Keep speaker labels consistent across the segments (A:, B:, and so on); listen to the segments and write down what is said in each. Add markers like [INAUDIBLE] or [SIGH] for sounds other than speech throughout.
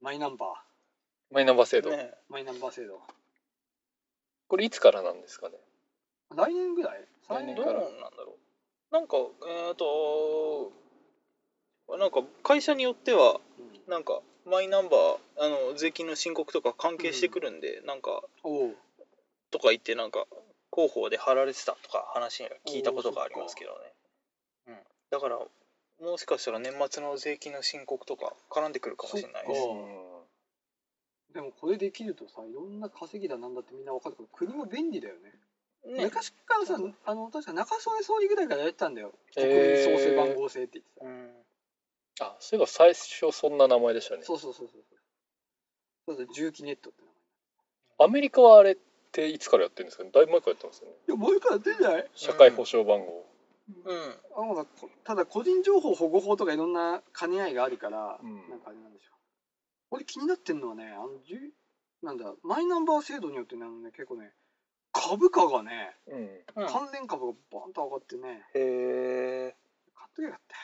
A: マイナンバー
B: マイナンバー制度、
C: ね
A: マイナンバー制度
B: これいつからなんですかね
A: 来年ぐらい再来
B: 来
A: 年
B: 年
C: ど
B: か
C: う
B: ら
C: なんだろうなんかえっ、となんか会社によっては
A: うん
C: なんかマイナンバーあの税金の申告とか関係してくるんで、なんか
A: おう
C: とか言ってなんか広報で貼られてたとか話は聞いたことがありますけどね、うん、だからもしかしたら年末の税金の申告とか絡んでくるかもしれないです
A: そっでもこれできるとさいろんな稼ぎだなんだってみんな分かるから国も便利だよね
C: ね
A: 昔からさあの確か中曽根総理ぐらいからやってたんだよ国民
B: えー
A: 創生番号制って言ってた、
C: うん
B: あそういえば最初そんな名前でしたね
A: そうそうそうそうそうそう重機ネットって
B: アメリカはあれっていつからやってるんですかねだいぶ前からやってますよね
A: 名前いやもう一回やってんじゃない
B: 社会保障番号、
C: うん
A: あほらこただ個人情報保護法とかいろんな兼ね合いがあるから、
B: うん
A: なんかあれなんでしょう俺気になってんのはねあのじゅなんだマイナンバー制度によってねあのね結構ね株価がね、
B: うん
C: うん
A: 関連株がバンと上がってね
C: へえ
A: 買っとけばよかった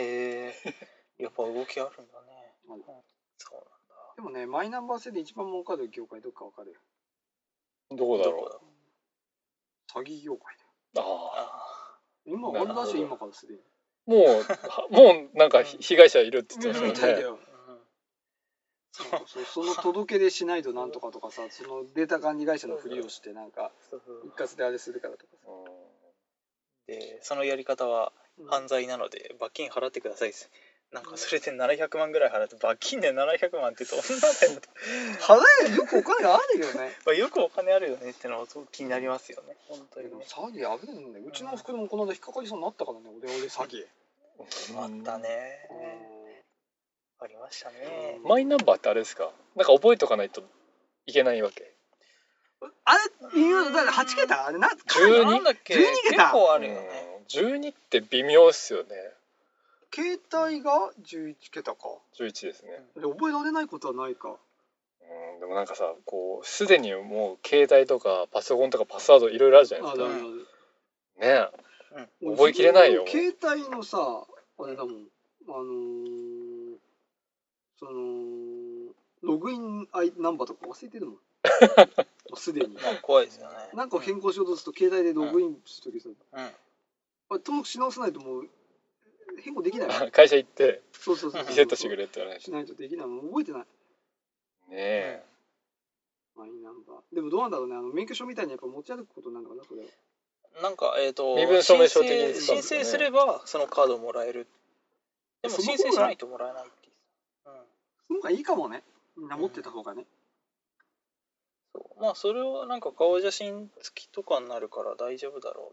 C: へえやっぱ動きあるんだね
A: うん
C: そう
A: でもねマイナンバー制で一番儲かる業界どっかわかる
B: どこだ
C: ど
B: ろ
C: こ
B: う
C: だ
A: 詐欺業界
B: ああ
C: あ
A: だよ今
B: な
A: あ
B: るほ
A: れ
B: ど
A: だし今からすでに
B: もうはもうなんかひ被害者いるって言ってま
A: み
B: した
A: たい
B: よ
A: だ
B: ね
A: よ
C: ーうん
A: そうそうその届け出しないとなんとかとかさそのデータ管理会社のふりをしてなんか
C: そうそう
A: 一括であれするからとかさ
C: でそのやり方は
A: うん
C: 犯罪なので罰金払ってくださいですなんかそれで700万ぐらい払って罰金で700万ってどん [LAUGHS] なだよと、
A: 払えよくお金があるよね
C: まあ、よくお金あるよねってのはすごく気になりますよね本当
A: で
C: に
A: も
C: ね
A: 詐欺危ないんだようちのお袋もこの間引っかかりそうになったからね俺俺詐欺
B: うん
C: あったね
A: う
C: ありましたね
A: うん
B: マイナンバーってあれですかなんか覚えとかないといけないわけ
A: んあれ今のだから8桁あれな
B: 12
C: なんだっけ
A: 12
C: 結
A: 桁
C: 構あるよね
B: うん12って微妙っすよね
A: 携帯が11桁か
B: 11ですね、
A: で覚えられないことはないか
B: うん、でもなんかさこうすでにもう携帯とかパソコンとかパスワードいろいろあるじゃ
A: あ
B: ないで
A: だ
B: す
A: だ
B: か
A: だ
B: ね
A: 俺
B: 覚えきれないよ
A: 自分の携帯のさあれだもんあのー、そのログインアイナンバーとか忘れてる
B: [LAUGHS]
A: もんもうすでに
C: まあ怖いですよね
A: なんかを変更しようとすると携帯でログインするときさ
C: うん
A: あ登録し直さないともう変更でき
B: [LAUGHS]
A: ないもん
B: 会社行って
A: そうそうそうそう
B: リセットしてくれって言われて
A: しないとできないもん覚えてない
B: ねえ、
A: マイナンバーでもどうなんだろうねあの免許証みたいにやっぱ持ち歩くことになるのかなそれは
C: なんかえっ、と
B: 身分証明書的に
C: 申請申請すればそのカードもらえるでも
A: その
C: 申
A: 方が
C: 請しないともらえないっていううん
A: その方がいいかもねみんな持ってた方がね、
C: そうまあそれをなんか顔写真付きとかになるから大丈夫だろ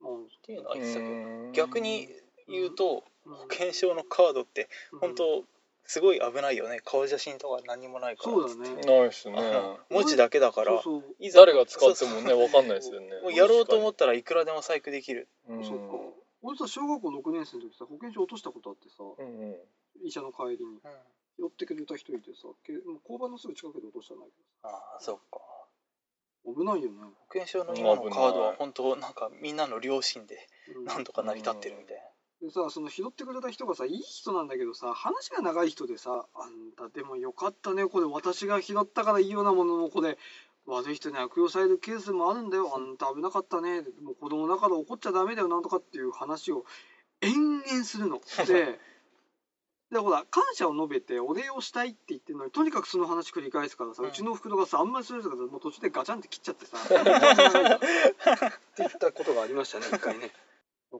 C: う
A: うん
C: っていうのは言ってたけど
B: うん
C: 逆に言うと
A: うん
C: 保険証のカードって本
A: うん
C: 当すごい危ないよね顔写真とか何もないから
A: そうだね
B: ないっすね
C: あの文字だけだから
A: そうそう
C: いざ
B: 誰が使ってもね
C: そう
B: わかんないですよね
C: そうもうやろうと思ったらいくらでも細工できる
B: うん
A: そっか。俺さ、小学校6年生の時さ、保険証落としたことあってさ、
B: うんうん
A: 医者の帰りに、
C: うん
A: 寄ってくれた人いてさ、けもう交番のすぐ近くで落としたんだけ
C: ああそっか
A: ど、危ないよね。
C: 保険証の今のカードは
B: 危ない
C: 本当なんかみんなの良心で
A: うん
C: なんとか成り立ってるみたい
A: でさ、その拾ってくれた人がさ、いい人なんだけどさ、話が長い人でさ、あんたでもよかったね、これ私が拾ったからいいようなものの、これ、悪い人に悪用されるケースもあるんだよ、あんた危なかったね、でもう子供だから怒っちゃダメだよ、なんとかっていう話を延々するの。で、でほら、感謝を述べてお礼をしたいって言ってるのに、とにかくその話繰り返すからさ、う
C: うん
A: ちのお袋がさ、あんまりするやつがさもう途中でガチャンって切っちゃってさ、って言ったことがありましたね、一回ね。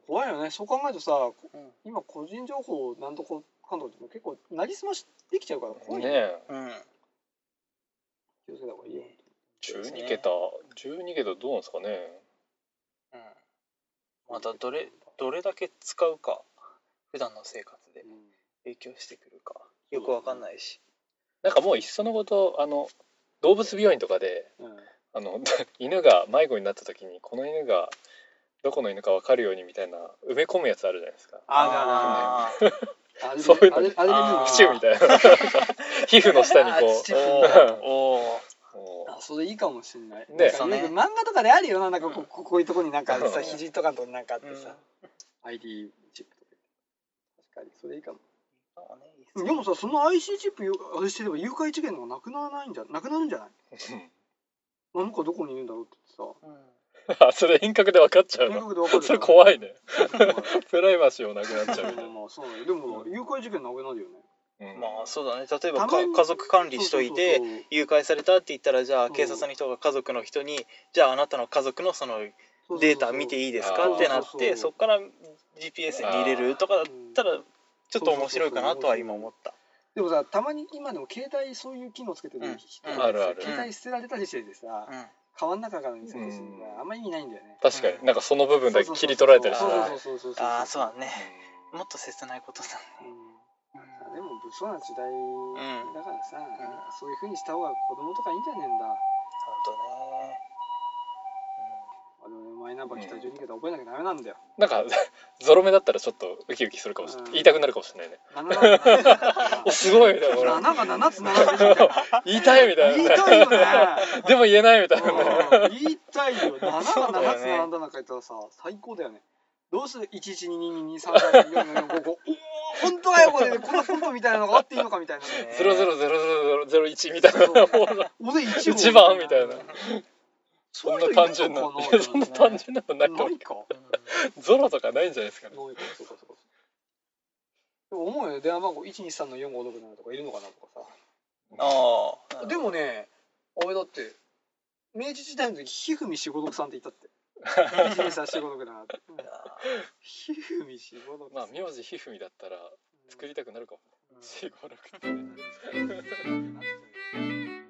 A: 怖いよね、そう考えるとさ、
C: な
A: 今個人情報をなんとかかんとかって結構なりすましできちゃうから怖い
B: ね
A: ね
B: え
C: うん、うん、
A: 気をつけた方がいいよ
B: 12桁12桁どうなんですかね
C: うんまたどれどれだけ使うか普段の生活で影響してくるかよくわかんないし
B: なんかもういっそのことあの動物病院とかで
A: うん、うん
B: あの [LAUGHS] 犬が迷子になった時にこの犬がどこの犬か分かるようにみたいな埋め込むやつあるじゃないですか
A: あるあ
C: あ
A: るあるあれ
B: そういうの
A: あれあれで見る
C: あー
B: シチューみたいな皮膚の下にこ
A: あ
C: ー
B: う
C: おーおー
B: も
A: あそれいいかもしんない
B: ね
A: なんか
C: そうね
A: よく漫画とかであるよななんかこうこうこういうとこになんか
B: う
A: さ
B: ん
A: 肘とかのとこになんかあって
C: うん
A: さ ID チップとか確かにそれいいかも
C: そうねいいっ
A: でもさ、その IC チップよあれしてれば誘拐事件とかなくならないんじゃなくなるんじゃないあの子どこにいるんだろうって言って
C: うん
B: あそれ遠隔で分かっち
A: さ、
B: ゃう
A: 遠
B: の
A: 隔でわかる
B: それ
A: い。
B: 怖いね
A: ま
B: プライバシーもなくなっちゃうみたい
A: あまあそうね。でも誘拐事件なくなるよね。
B: な、うん
C: まあそうだね例えば
A: たま
C: か
A: に
C: 家族管理しといて
A: そうそうそう
C: 誘拐されたって言ったらじゃ
A: う
C: あ
A: ん
C: 警察の人が家族の人にじゃああなたの家族のその
A: そう、
C: データ見て
A: い
C: いいです
B: あ
C: か
B: ー
C: ってなって
A: そ
C: そう
A: そう
C: こから GPS に入れるとかだったらちょっと面白いかなとは今思った
A: でもさ、たまに今でも携帯そういう機能つけてる人、
C: うん
B: あるある
A: 携帯捨てられたりしててさ、
C: うん
A: 川の中から見せてするのはあんま意味ないんだよね。
B: 確かになんかその部分だけ
A: そうそうそうそう
B: 切り取られたりし
A: そう
B: ない
A: そうそうそうそう
C: ああそうだね
B: うん
C: もっと切ないことだ
A: うん
C: ね
A: でも物騒な時代
C: ん
A: だからさ、そういう風にした方が子供とかいいんじゃねえんだ。
C: ほんとね
A: あでもね、マイナンバー来た12桁覚えなきゃダメなんだよ。
B: なんかゾロ目だったらちょっとウキウキするかもしれ
A: う
B: ない
A: ん
B: 言いたくなるかもしれないね
A: 7が
B: おすごいみたいなほら
A: 7が7つ並んでるみたいな。
B: 言いたいみた
A: 言
B: い
A: い
B: な
A: たいよね。
B: でも言えないみたいな
A: うん言いたい
B: [LAUGHS]
A: よ。7が
C: そうだよ
A: 7
C: ね
A: つ並んだなんか言ったらさ、最高だよね。どうする ?11222234455。おお、本当だよ、これ。こんなコントみたいなのがあっていいのかみたいなね。
C: うん
B: ゼロゼロゼロゼロゼロ一みたいな
A: そう
B: もう
A: 俺1
B: 一番みたいな。
A: そ
B: そ
A: うんい
B: な
A: う
B: 単純な
A: の
B: い
A: か
B: やそんな単純なのな
A: ない
B: と思う
A: いか。
B: ゾロとかないんじゃないですかね
A: ないか、そうか、そうか。でも思うよね、電話番号123の4567とかいるのかなとかさ。
C: うんああ
A: でもね、あれだって、明治時代の時、ひふみ四五六さんって言ったっ
B: [LAUGHS]
A: て。明治さん四五六だなって。 [LAUGHS] ひふみ四五六
B: まあ名字ひふみだったら
A: [LAUGHS]
B: 作りたくなるかも四五六ってね
A: うん